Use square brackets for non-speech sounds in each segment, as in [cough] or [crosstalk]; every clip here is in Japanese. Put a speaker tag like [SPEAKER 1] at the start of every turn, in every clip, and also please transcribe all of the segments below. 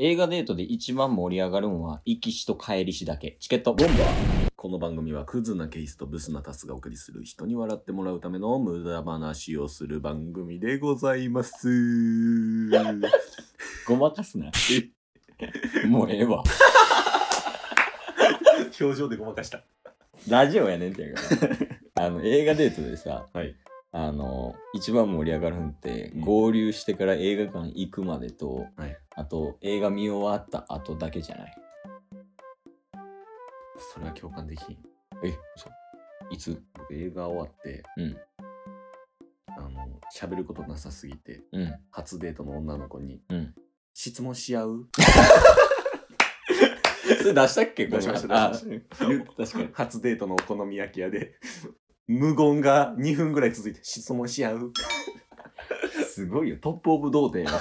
[SPEAKER 1] 映画デートで一番盛り上がるんは、行きしと帰りしだけ。チケット、ボンバー
[SPEAKER 2] この番組はクズなケースとブスなタスがお送りする人に笑ってもらうための無駄話をする番組でございます。 [laughs]
[SPEAKER 1] ごまかすな。 [laughs] もうええわ。
[SPEAKER 2] 表情でごまかした。
[SPEAKER 1] ラジオやねんってやから。 [laughs] あの、映画デートでさ、
[SPEAKER 2] はい
[SPEAKER 1] あの、一番盛り上がるんって、
[SPEAKER 2] うん
[SPEAKER 1] 合流してから映画館行くまでと、
[SPEAKER 2] はい
[SPEAKER 1] あと、映画見終わった後だけじゃない。
[SPEAKER 2] それは共感できひん。
[SPEAKER 1] え、そう。いつ
[SPEAKER 2] 僕映画終わって、
[SPEAKER 1] うん
[SPEAKER 2] あの、喋ることなさすぎて、
[SPEAKER 1] うん。
[SPEAKER 2] 初デートの女の子に、
[SPEAKER 1] うん
[SPEAKER 2] 質問し合う
[SPEAKER 1] それ出したっけ
[SPEAKER 2] 出しました
[SPEAKER 1] あ
[SPEAKER 2] 出し
[SPEAKER 1] 言って確かに。
[SPEAKER 2] 初デートのお好み焼き屋で、無言が2分ぐらい続いて、質問し合う
[SPEAKER 1] すごいよ。トップオブ童貞や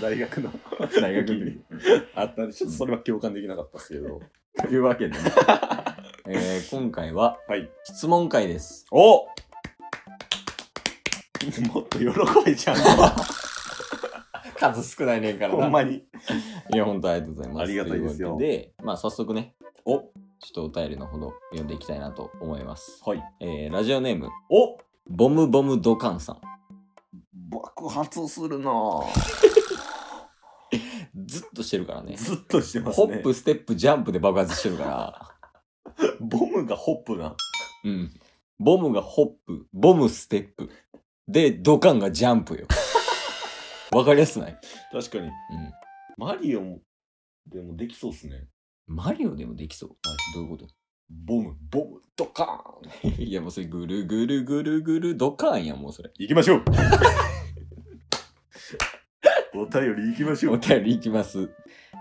[SPEAKER 2] 大学の。
[SPEAKER 1] った。大学の時。
[SPEAKER 2] [laughs] あったんで、ちょっとそれは共感できなかったですけど。
[SPEAKER 1] というわけで、ね [laughs] えー今回は
[SPEAKER 2] はい。
[SPEAKER 1] 質問会です。
[SPEAKER 2] お [laughs] もっと喜べちゃう。
[SPEAKER 1] 数少ないねんか
[SPEAKER 2] [laughs] ほんまに。
[SPEAKER 1] いや、本当ありがとうございます。
[SPEAKER 2] ありがたいですよ
[SPEAKER 1] とうことで、まあ早速ね、
[SPEAKER 2] お
[SPEAKER 1] ちょっとお便りのほど読んでいきたいなと思います。
[SPEAKER 2] はい。
[SPEAKER 1] えーラジオネーム、
[SPEAKER 2] お
[SPEAKER 1] ボムボムドカンさん。
[SPEAKER 2] 爆発するなぁ。
[SPEAKER 1] ずっとしてるからね。
[SPEAKER 2] ずっとしてます
[SPEAKER 1] ホ
[SPEAKER 2] ね。
[SPEAKER 1] ップ、ステップ、ジャンプで爆発してるから。
[SPEAKER 2] ボムがホップな。
[SPEAKER 1] うん。ボムがホップ、ボムステップ。で、ドカンがジャンプ
[SPEAKER 2] [laughs]
[SPEAKER 1] よ。わかりやすない
[SPEAKER 2] 確かに。
[SPEAKER 1] うん。
[SPEAKER 2] マリオも、でもできそうっすね。
[SPEAKER 1] マリオでもできそう。どういうこと
[SPEAKER 2] ボム、ボム、ドカーン。
[SPEAKER 1] いやもうそれぐるぐるぐるぐるドカンやもうそれ。
[SPEAKER 2] 行きましょ [laughs] うお便り行きまし
[SPEAKER 1] [laughs]
[SPEAKER 2] ょ
[SPEAKER 1] お
[SPEAKER 2] う。
[SPEAKER 1] 便りいきます。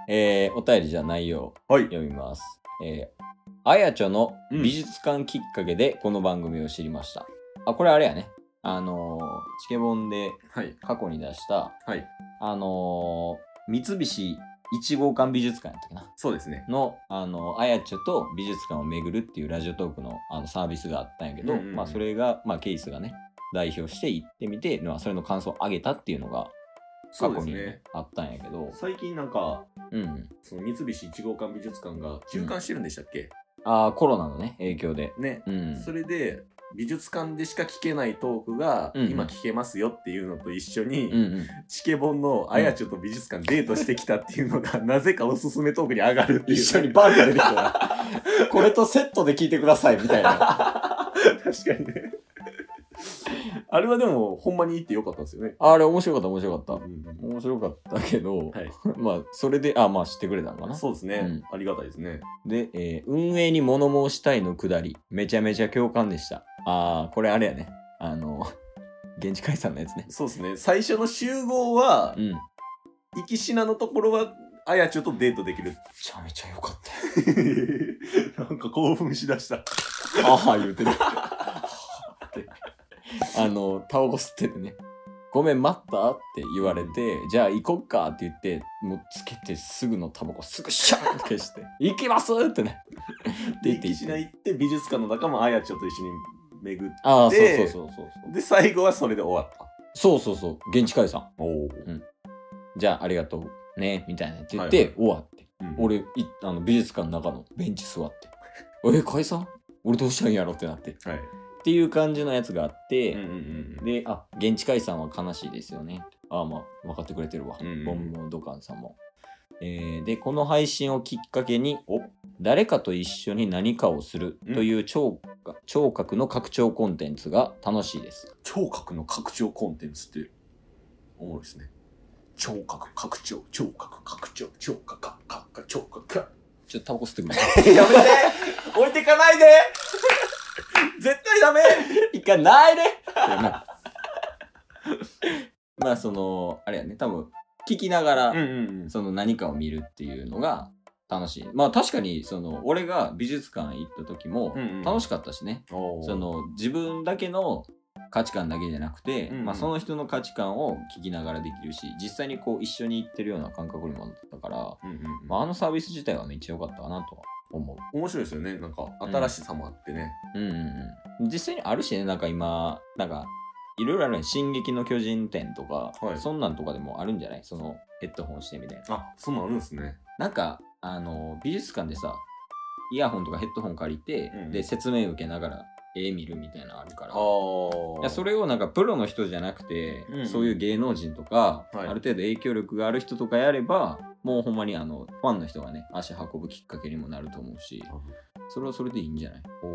[SPEAKER 1] えー、お便りじゃないよ。
[SPEAKER 2] はい
[SPEAKER 1] 読みます。えー、あやちょの
[SPEAKER 2] うん
[SPEAKER 1] 美術館きっかけでこの番組を知りました。あ、これあれやね。あのー、チケボンで
[SPEAKER 2] はい。
[SPEAKER 1] 過去に出した、
[SPEAKER 2] はい。
[SPEAKER 1] あのー、三菱一号館美術館やったっけな。
[SPEAKER 2] そうですね。
[SPEAKER 1] の、あの、あやちょと美術館を巡るっていうラジオトークのあのサービスがあったんやけど、
[SPEAKER 2] うんうんうん
[SPEAKER 1] まあそれが、まあケイスがね、代表して行ってみて、まあそれの感想を上げたっていうのが過
[SPEAKER 2] そうで
[SPEAKER 1] 去
[SPEAKER 2] す
[SPEAKER 1] に
[SPEAKER 2] ね。
[SPEAKER 1] あったんやけど、
[SPEAKER 2] 最近なんか、
[SPEAKER 1] うん。
[SPEAKER 2] その三菱一号館美術館が休館してるんでしたっけ、
[SPEAKER 1] ああ、コロナのね、影響で。
[SPEAKER 2] ね、
[SPEAKER 1] うん
[SPEAKER 2] そ。れで美術館でしか聞けないトークが
[SPEAKER 1] うんうん
[SPEAKER 2] 今聞けますよっていうのと一緒
[SPEAKER 1] うんう
[SPEAKER 2] に
[SPEAKER 1] ん、
[SPEAKER 2] チケボンのあやちょと美術館デートしてきたっていう
[SPEAKER 1] [laughs]
[SPEAKER 2] のがなぜかおすすめトークに上がるっていう
[SPEAKER 1] 一緒にバーンって出てきた
[SPEAKER 2] [laughs]
[SPEAKER 1] らこれとセットで聞いてくださいみたいな
[SPEAKER 2] 確かにねあれはでもほんまにいいってよかったんですよね
[SPEAKER 1] あれ面白かった面白か
[SPEAKER 2] う
[SPEAKER 1] っ
[SPEAKER 2] ん
[SPEAKER 1] た面白かったけど、
[SPEAKER 2] はい
[SPEAKER 1] [laughs] まあそれであまあ知ってくれたのかな
[SPEAKER 2] そうですね、
[SPEAKER 1] うん
[SPEAKER 2] ありがたいですね
[SPEAKER 1] で、えー運営に物申したいのくだり、めちゃめちゃ共感でした。あー、これあれやね。あの、 [laughs] 現地解散のやつね。
[SPEAKER 2] そうですね最初の集合は
[SPEAKER 1] うん。め
[SPEAKER 2] 行きしなのところはあやちょとデートできる
[SPEAKER 1] ちゃめちゃ良かったよ。 [laughs]
[SPEAKER 2] なんか興奮しだした
[SPEAKER 1] あは言うてる。ってあの、タバコ吸っててね。ごめん、待ったって言われて、じゃあ行こっかって言って、もうつけてすぐのタバコすぐシャーンって消して、行きますってね。って言って
[SPEAKER 2] で行き
[SPEAKER 1] 行
[SPEAKER 2] し
[SPEAKER 1] っ
[SPEAKER 2] な
[SPEAKER 1] て。
[SPEAKER 2] 行って美術館の中もあやちょと一緒に巡っ
[SPEAKER 1] ああ、そう
[SPEAKER 2] で
[SPEAKER 1] そうそうそうそう。
[SPEAKER 2] で最後はそれで終わった
[SPEAKER 1] そうそうそう、現地解散。
[SPEAKER 2] おお、
[SPEAKER 1] じゃあありがとうね、みたいなって言っ
[SPEAKER 2] はい
[SPEAKER 1] て
[SPEAKER 2] はい
[SPEAKER 1] 終わって。
[SPEAKER 2] 俺
[SPEAKER 1] 俺いあの美術館の中のベンチ座って「え解散俺どうしたんやろ?」ってなってっ
[SPEAKER 2] はい
[SPEAKER 1] ていう感じのやつがあって、
[SPEAKER 2] うんうん
[SPEAKER 1] で「あ現地解散は悲しいですよね」ああまあ分かってくれてるわ、
[SPEAKER 2] うんうん
[SPEAKER 1] ボンボンドカンさんも、えーでこの配信をきっかけに誰かと一緒に何かをするという聴,、聴覚の拡張コンテンツが楽しいです
[SPEAKER 2] 聴覚の拡張コンテンツっておもろいですね聴覚拡張聴覚拡張聴覚かかか聴覚か
[SPEAKER 1] ちょっとタバコ吸ってく
[SPEAKER 2] やめて置いてかない [laughs] で絶対ダメ [laughs]
[SPEAKER 1] れいかないで [laughs] まあそのあれやね多分聞きながら、
[SPEAKER 2] うんうんうん
[SPEAKER 1] その何かを見るっていうのが楽しい。まあ確かにその俺が美術館行った時も
[SPEAKER 2] うんうん
[SPEAKER 1] 楽しかったしね。
[SPEAKER 2] おー
[SPEAKER 1] その自分だけの価値観だけじゃなくて、
[SPEAKER 2] うんうん
[SPEAKER 1] まあ、その人の価値観を聞きながらできるし実際にこう一緒に行ってるような感覚にもなったから、
[SPEAKER 2] うんうんうん
[SPEAKER 1] まあ、あのサービス自体はめっちゃ良かったかなとは思う。
[SPEAKER 2] 面白いですよねなんか新しさもあってね、
[SPEAKER 1] うんうんうん、実際にあるしねなんか今なんかいろいろあるね「進撃の巨人」展とか、
[SPEAKER 2] はい
[SPEAKER 1] そんなんとかでもあるんじゃないそのヘッドホンしてみたいな。
[SPEAKER 2] あ、そんなんあるんですね。
[SPEAKER 1] なんか、あの、美術館でさ、イヤホンとかヘッドホン借りて、
[SPEAKER 2] うん
[SPEAKER 1] で、説明受けながら絵見るみたいなのあるから。
[SPEAKER 2] あ
[SPEAKER 1] いやそれをなんかプロの人じゃなくて、
[SPEAKER 2] うん
[SPEAKER 1] そういう芸能人とか、
[SPEAKER 2] は
[SPEAKER 1] ある
[SPEAKER 2] い
[SPEAKER 1] 程度影響力がある人とかやればもうほんまにあのファンの人がね足運ぶきっかけにもなると思うしそれはそれでいいんじゃない
[SPEAKER 2] おお、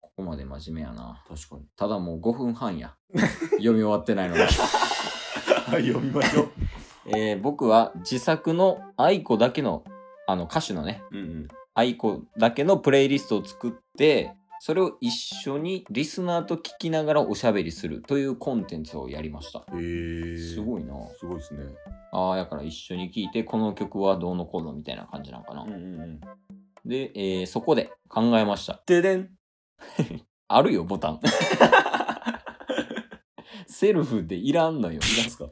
[SPEAKER 1] ここまで真面目やな
[SPEAKER 2] 確かに。
[SPEAKER 1] ただもう5分半や読み終わってないのに、
[SPEAKER 2] [laughs] はい、読みましょう。
[SPEAKER 1] [laughs] えー僕は自作の愛子だけのあの歌手のね
[SPEAKER 2] うんうん。
[SPEAKER 1] 愛子だけのプレイリストを作ってそれを一緒にリスナーと聞きながらおしゃべりするというコンテンツをやりました
[SPEAKER 2] へえ。
[SPEAKER 1] すごいな
[SPEAKER 2] すごいですね。
[SPEAKER 1] ああ、だから一緒に聴いて、この曲はどうのこうのみたいな感じなのかな。
[SPEAKER 2] うんうん。
[SPEAKER 1] で、えーそこで考えました。
[SPEAKER 2] ででん。
[SPEAKER 1] あるよ、ボ
[SPEAKER 2] [laughs]
[SPEAKER 1] タン。セルフでいらんのよ。
[SPEAKER 2] いらんすか。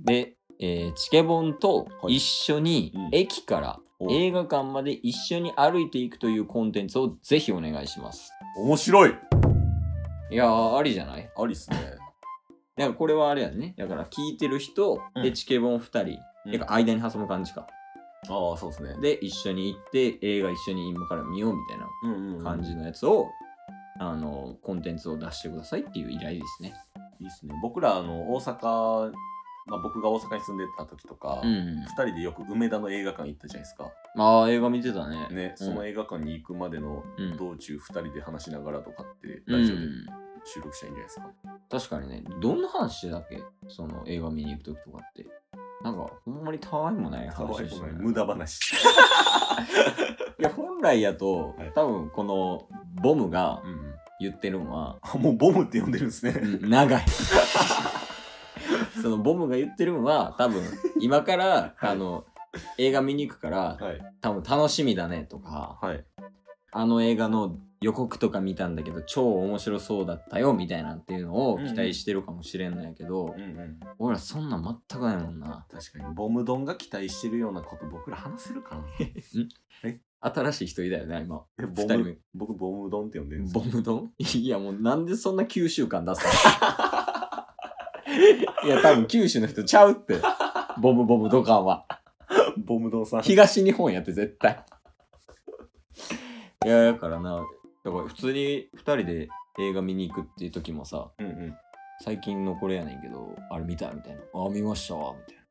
[SPEAKER 1] で、えーチケボンと一緒に
[SPEAKER 2] はいうん
[SPEAKER 1] 駅から
[SPEAKER 2] お
[SPEAKER 1] 映画館まで一緒に歩いていくというコンテンツをぜひお願いします。
[SPEAKER 2] 面白い。
[SPEAKER 1] いやー、ありじゃない
[SPEAKER 2] ありっすね。
[SPEAKER 1] だからこれはあれやね。だから聞いてる人、
[SPEAKER 2] うん
[SPEAKER 1] でチケボン2人、てか間に挟む感じか。
[SPEAKER 2] ああ、そうですね。
[SPEAKER 1] で、一緒に行って映画一緒に今から見ようみたいな
[SPEAKER 2] うんうんうん
[SPEAKER 1] 感じ。のやつを、あのコンテンツを出してくださいっていう依頼ですね。
[SPEAKER 2] いいっすね。僕ら、あの、大阪、まあ、僕が大阪に住んでた時とか、二、
[SPEAKER 1] ん
[SPEAKER 2] 人でよく梅田の映画館行ったじゃないですか。
[SPEAKER 1] ああ映画見てたね。
[SPEAKER 2] ね、
[SPEAKER 1] うん
[SPEAKER 2] その映画館に行くまでの
[SPEAKER 1] うん
[SPEAKER 2] 道中、二人で話しながらとかって、
[SPEAKER 1] う
[SPEAKER 2] ラジオで
[SPEAKER 1] ん、
[SPEAKER 2] 収録したらいいんじゃないですか。
[SPEAKER 1] 確かにねどんな話してたっけその映画見に行く時とかって。なんかほんまにたわいもない
[SPEAKER 2] かわ
[SPEAKER 1] 話
[SPEAKER 2] い
[SPEAKER 1] でし
[SPEAKER 2] く
[SPEAKER 1] た
[SPEAKER 2] ない
[SPEAKER 1] ね。
[SPEAKER 2] 無駄話。
[SPEAKER 1] いや本来やと、
[SPEAKER 2] はい
[SPEAKER 1] 多分このボムが
[SPEAKER 2] うん。
[SPEAKER 1] 言ってるのは
[SPEAKER 2] あ、もうボムって呼んでるんですね。
[SPEAKER 1] うん長い [laughs] そのボムが言ってるのは多分今から、あの映画見に行くから
[SPEAKER 2] [laughs] はい。
[SPEAKER 1] 多分楽しみだねとか
[SPEAKER 2] はい。
[SPEAKER 1] あの映画の予告とか見たんだけど超面白そうだったよみたいなっていうのを期待してるかもしれんのやけど、
[SPEAKER 2] うんうん。
[SPEAKER 1] 俺らそんなん全くないもんな
[SPEAKER 2] 確かに、ボム丼が期待してるようなこと僕ら話せる [laughs] かな。
[SPEAKER 1] 新しい人いたよね今
[SPEAKER 2] えボ
[SPEAKER 1] 二人
[SPEAKER 2] ム
[SPEAKER 1] 目
[SPEAKER 2] 僕、ボム丼って呼んでるんです
[SPEAKER 1] ボ
[SPEAKER 2] よ
[SPEAKER 1] ム丼いやもうなんでそんな九州感出す
[SPEAKER 2] [laughs]
[SPEAKER 1] のいや多分九州の人ちゃうってボムボムドカンは
[SPEAKER 2] [laughs] ボム丼さん。
[SPEAKER 1] 東日本やって絶対いやだからなだから普通に2人で映画見に行くっていう時もさ、
[SPEAKER 2] うんうん。
[SPEAKER 1] 最近のこれやねんけど、あれ見たみたいな。あ、見ましたわ、みたい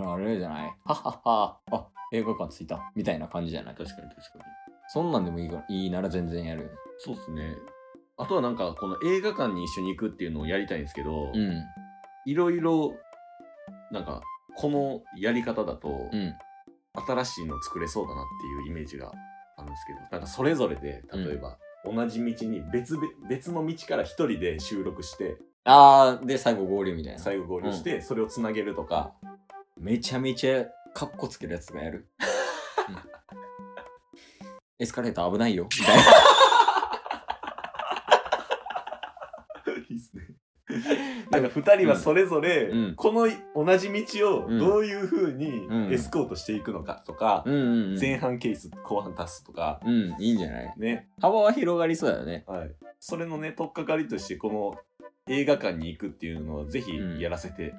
[SPEAKER 1] な。あれ、あれじゃない [laughs] はっはっは。あ、映画館着いた。みたいな感じじゃない
[SPEAKER 2] 確かに確かに。
[SPEAKER 1] そんなんでもいいから、いいなら全然やるよね。
[SPEAKER 2] そうですね。あとはなんか、この映画館に一緒に行くっていうのをやりたいんですけど、
[SPEAKER 1] う
[SPEAKER 2] いろいろ、なんか、このやり方だと、
[SPEAKER 1] ん。うん。
[SPEAKER 2] 新しいの作れそうだなっていうイメージがあるんですけど、なんかそれぞれで、例えば、同じ道に別べ別の道から一人で収録して、
[SPEAKER 1] あー、で、最後合流みたいな。
[SPEAKER 2] 最後合流して、それをつなげるとか、
[SPEAKER 1] [laughs] めちゃめちゃ、カッコつけるやつがやる。うんエスカレーター危ないよ。みたいな。
[SPEAKER 2] いいっすね。 [laughs] なんか2人はそれぞれ、
[SPEAKER 1] うん
[SPEAKER 2] この同じ道を
[SPEAKER 1] うん
[SPEAKER 2] どういうふうに
[SPEAKER 1] うん
[SPEAKER 2] エスコートしていくのかとか、
[SPEAKER 1] うんうんうん。
[SPEAKER 2] 前半ケース後半足すとか、
[SPEAKER 1] うん、いいんじゃない
[SPEAKER 2] ね
[SPEAKER 1] 幅は広がりそうだよね。
[SPEAKER 2] はい、それのね取っかかりとしてこの映画館に行くっていうのをぜひ
[SPEAKER 1] うん
[SPEAKER 2] やらせて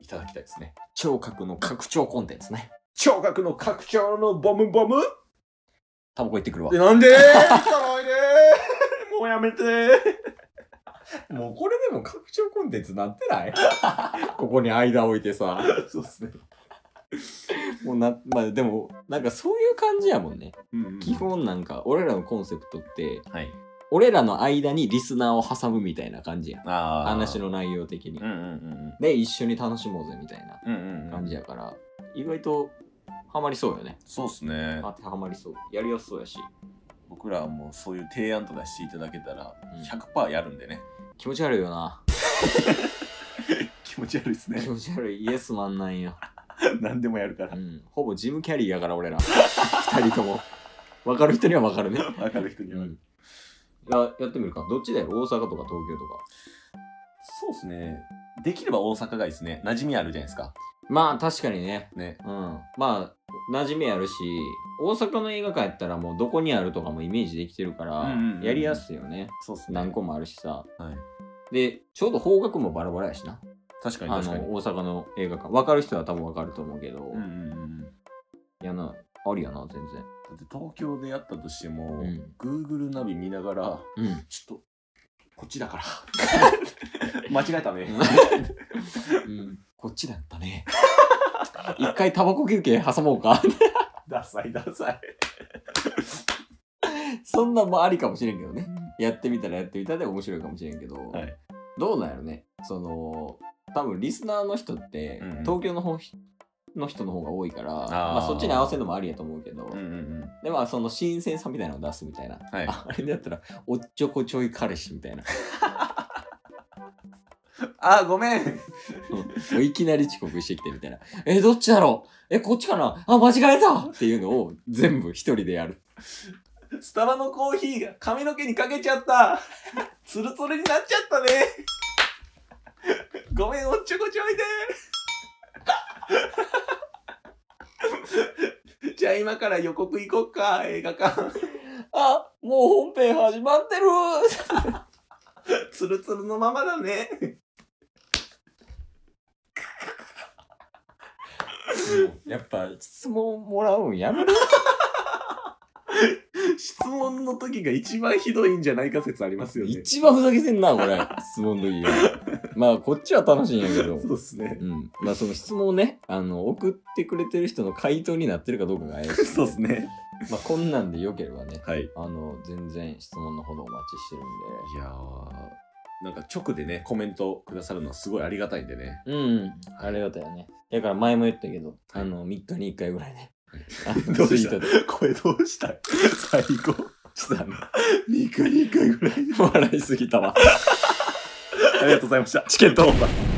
[SPEAKER 2] いただきたいですね。
[SPEAKER 1] 聴覚の拡張コンテンツね。
[SPEAKER 2] 聴覚の拡張のボムボム
[SPEAKER 1] タバコ行ってくるわ。
[SPEAKER 2] なんで汚いね [laughs] もうやめて
[SPEAKER 1] もうこれでも拡張コンテンツなってないここに間置いてさ。
[SPEAKER 2] [laughs] そうですね。
[SPEAKER 1] もうな、まあでも、なんかそういう感じやもんね。
[SPEAKER 2] うんうん
[SPEAKER 1] 基本なんか、俺らのコンセプトって、
[SPEAKER 2] はい。
[SPEAKER 1] 俺らの間にリスナーを挟むみたいな感じやん。
[SPEAKER 2] あー
[SPEAKER 1] 話。の内容的に
[SPEAKER 2] うん。うんうん
[SPEAKER 1] で、一緒に楽しもうぜみたいな
[SPEAKER 2] うん。うんうんうん
[SPEAKER 1] 感じやから、意外とハマりそうよね。
[SPEAKER 2] そうですね。
[SPEAKER 1] 当てはまりそう。やりやすそうやし。
[SPEAKER 2] 僕らはもうそういう提案とかしていただけたら
[SPEAKER 1] うん
[SPEAKER 2] 100%やるんでね、
[SPEAKER 1] 気持ち悪いよな。
[SPEAKER 2] 気持ち悪いです
[SPEAKER 1] 気持ち悪い。イエスマンなんや。
[SPEAKER 2] 何でもやるか [laughs]
[SPEAKER 1] う
[SPEAKER 2] ら
[SPEAKER 1] ん。ほぼジム・キャリーやから、俺 [laughs] ら。二人とも。わかる人にはわかるね。
[SPEAKER 2] 分かる人には、
[SPEAKER 1] うん、ややってみるかどっちだよ大阪とか東京とか
[SPEAKER 2] そうですねできれば大阪がいいですね馴染みあるじゃないですか
[SPEAKER 1] まあ確かにね
[SPEAKER 2] ね
[SPEAKER 1] うんまあ馴染みあるし大阪の映画館やったらもうどこにあるとかもイメージできてるから、
[SPEAKER 2] うんうんうん
[SPEAKER 1] やりやすいよね
[SPEAKER 2] そうですね
[SPEAKER 1] 何個もあるしさ
[SPEAKER 2] はい
[SPEAKER 1] でちょうど方角もバラバラやしな
[SPEAKER 2] 確かに
[SPEAKER 1] あ
[SPEAKER 2] 確かに
[SPEAKER 1] の、大阪の映画館。わかる人は多分わかると思うけど、
[SPEAKER 2] うんうんうん、だ
[SPEAKER 1] いやな、ありやな、全然。
[SPEAKER 2] って東京でやったとしても、
[SPEAKER 1] うん
[SPEAKER 2] Google ナビ見ながら
[SPEAKER 1] うん。
[SPEAKER 2] ちょっとこっちだ [laughs] から間違えたね
[SPEAKER 1] うん、こっちだったね。一回タバコ休憩挟もうか。
[SPEAKER 2] [laughs] ダサいダサい
[SPEAKER 1] そんなんもありかもしれんけどね。やってみたらやってみたで面白いかもしれんけど、
[SPEAKER 2] はい
[SPEAKER 1] どうなんやろね。その、多分リスナーの人って、
[SPEAKER 2] うんうん
[SPEAKER 1] 東京の方の人の方が多いから、まあ、そっちに合わせるのもありやと思うけど、
[SPEAKER 2] うんうんうん
[SPEAKER 1] でまあその新鮮さみたいなのを出すみたいな。
[SPEAKER 2] はい
[SPEAKER 1] ああれだったら、おっちょこちょい彼氏みたいな。 [laughs]
[SPEAKER 2] あごめん
[SPEAKER 1] うんいきなり遅刻してきてみたいな。え、どっちだろうえ、こっちかなあ、間違えたっていうのを全部一人でやる。
[SPEAKER 2] スタバのコーヒーが髪の毛にかけちゃ [laughs] ったツルツルになっちゃったねごめんおっちょこちょいで [laughs] じゃあ今から予告行こっか映画館
[SPEAKER 1] あ、もう本編始まってる
[SPEAKER 2] ツルツルのままだね
[SPEAKER 1] [laughs] やっぱ質問もらうんやめろ。
[SPEAKER 2] 質問の時が一番ひどいんじゃないか説ありますよね
[SPEAKER 1] 一番ふざけてんな、これ。質問の
[SPEAKER 2] [laughs]
[SPEAKER 1] 時がまあこっちは楽しいんやけど。
[SPEAKER 2] そうですね
[SPEAKER 1] うん。まあその質問をね、あの、送ってくれてる人の回答になってるかどうかが怪しい。
[SPEAKER 2] [laughs] そうですね
[SPEAKER 1] まあこんなんでよければね。
[SPEAKER 2] はいい
[SPEAKER 1] あの、全然質問のほどお待ちしてるん
[SPEAKER 2] やなんか直でねコメントくださるのはすごいありがたいんでね
[SPEAKER 1] で。うん。ありがたいよね。だから前も言ったけど、あの、3日に1回ぐらいね。あの
[SPEAKER 2] [laughs] どう
[SPEAKER 1] ツイ
[SPEAKER 2] し
[SPEAKER 1] ー
[SPEAKER 2] た
[SPEAKER 1] トで。
[SPEAKER 2] 声どうした最高
[SPEAKER 1] ちょっとあの、
[SPEAKER 2] 2回2回ぐらい
[SPEAKER 1] [laughs] 笑いすぎたわ。
[SPEAKER 2] ありがとうございましたチケットオーバー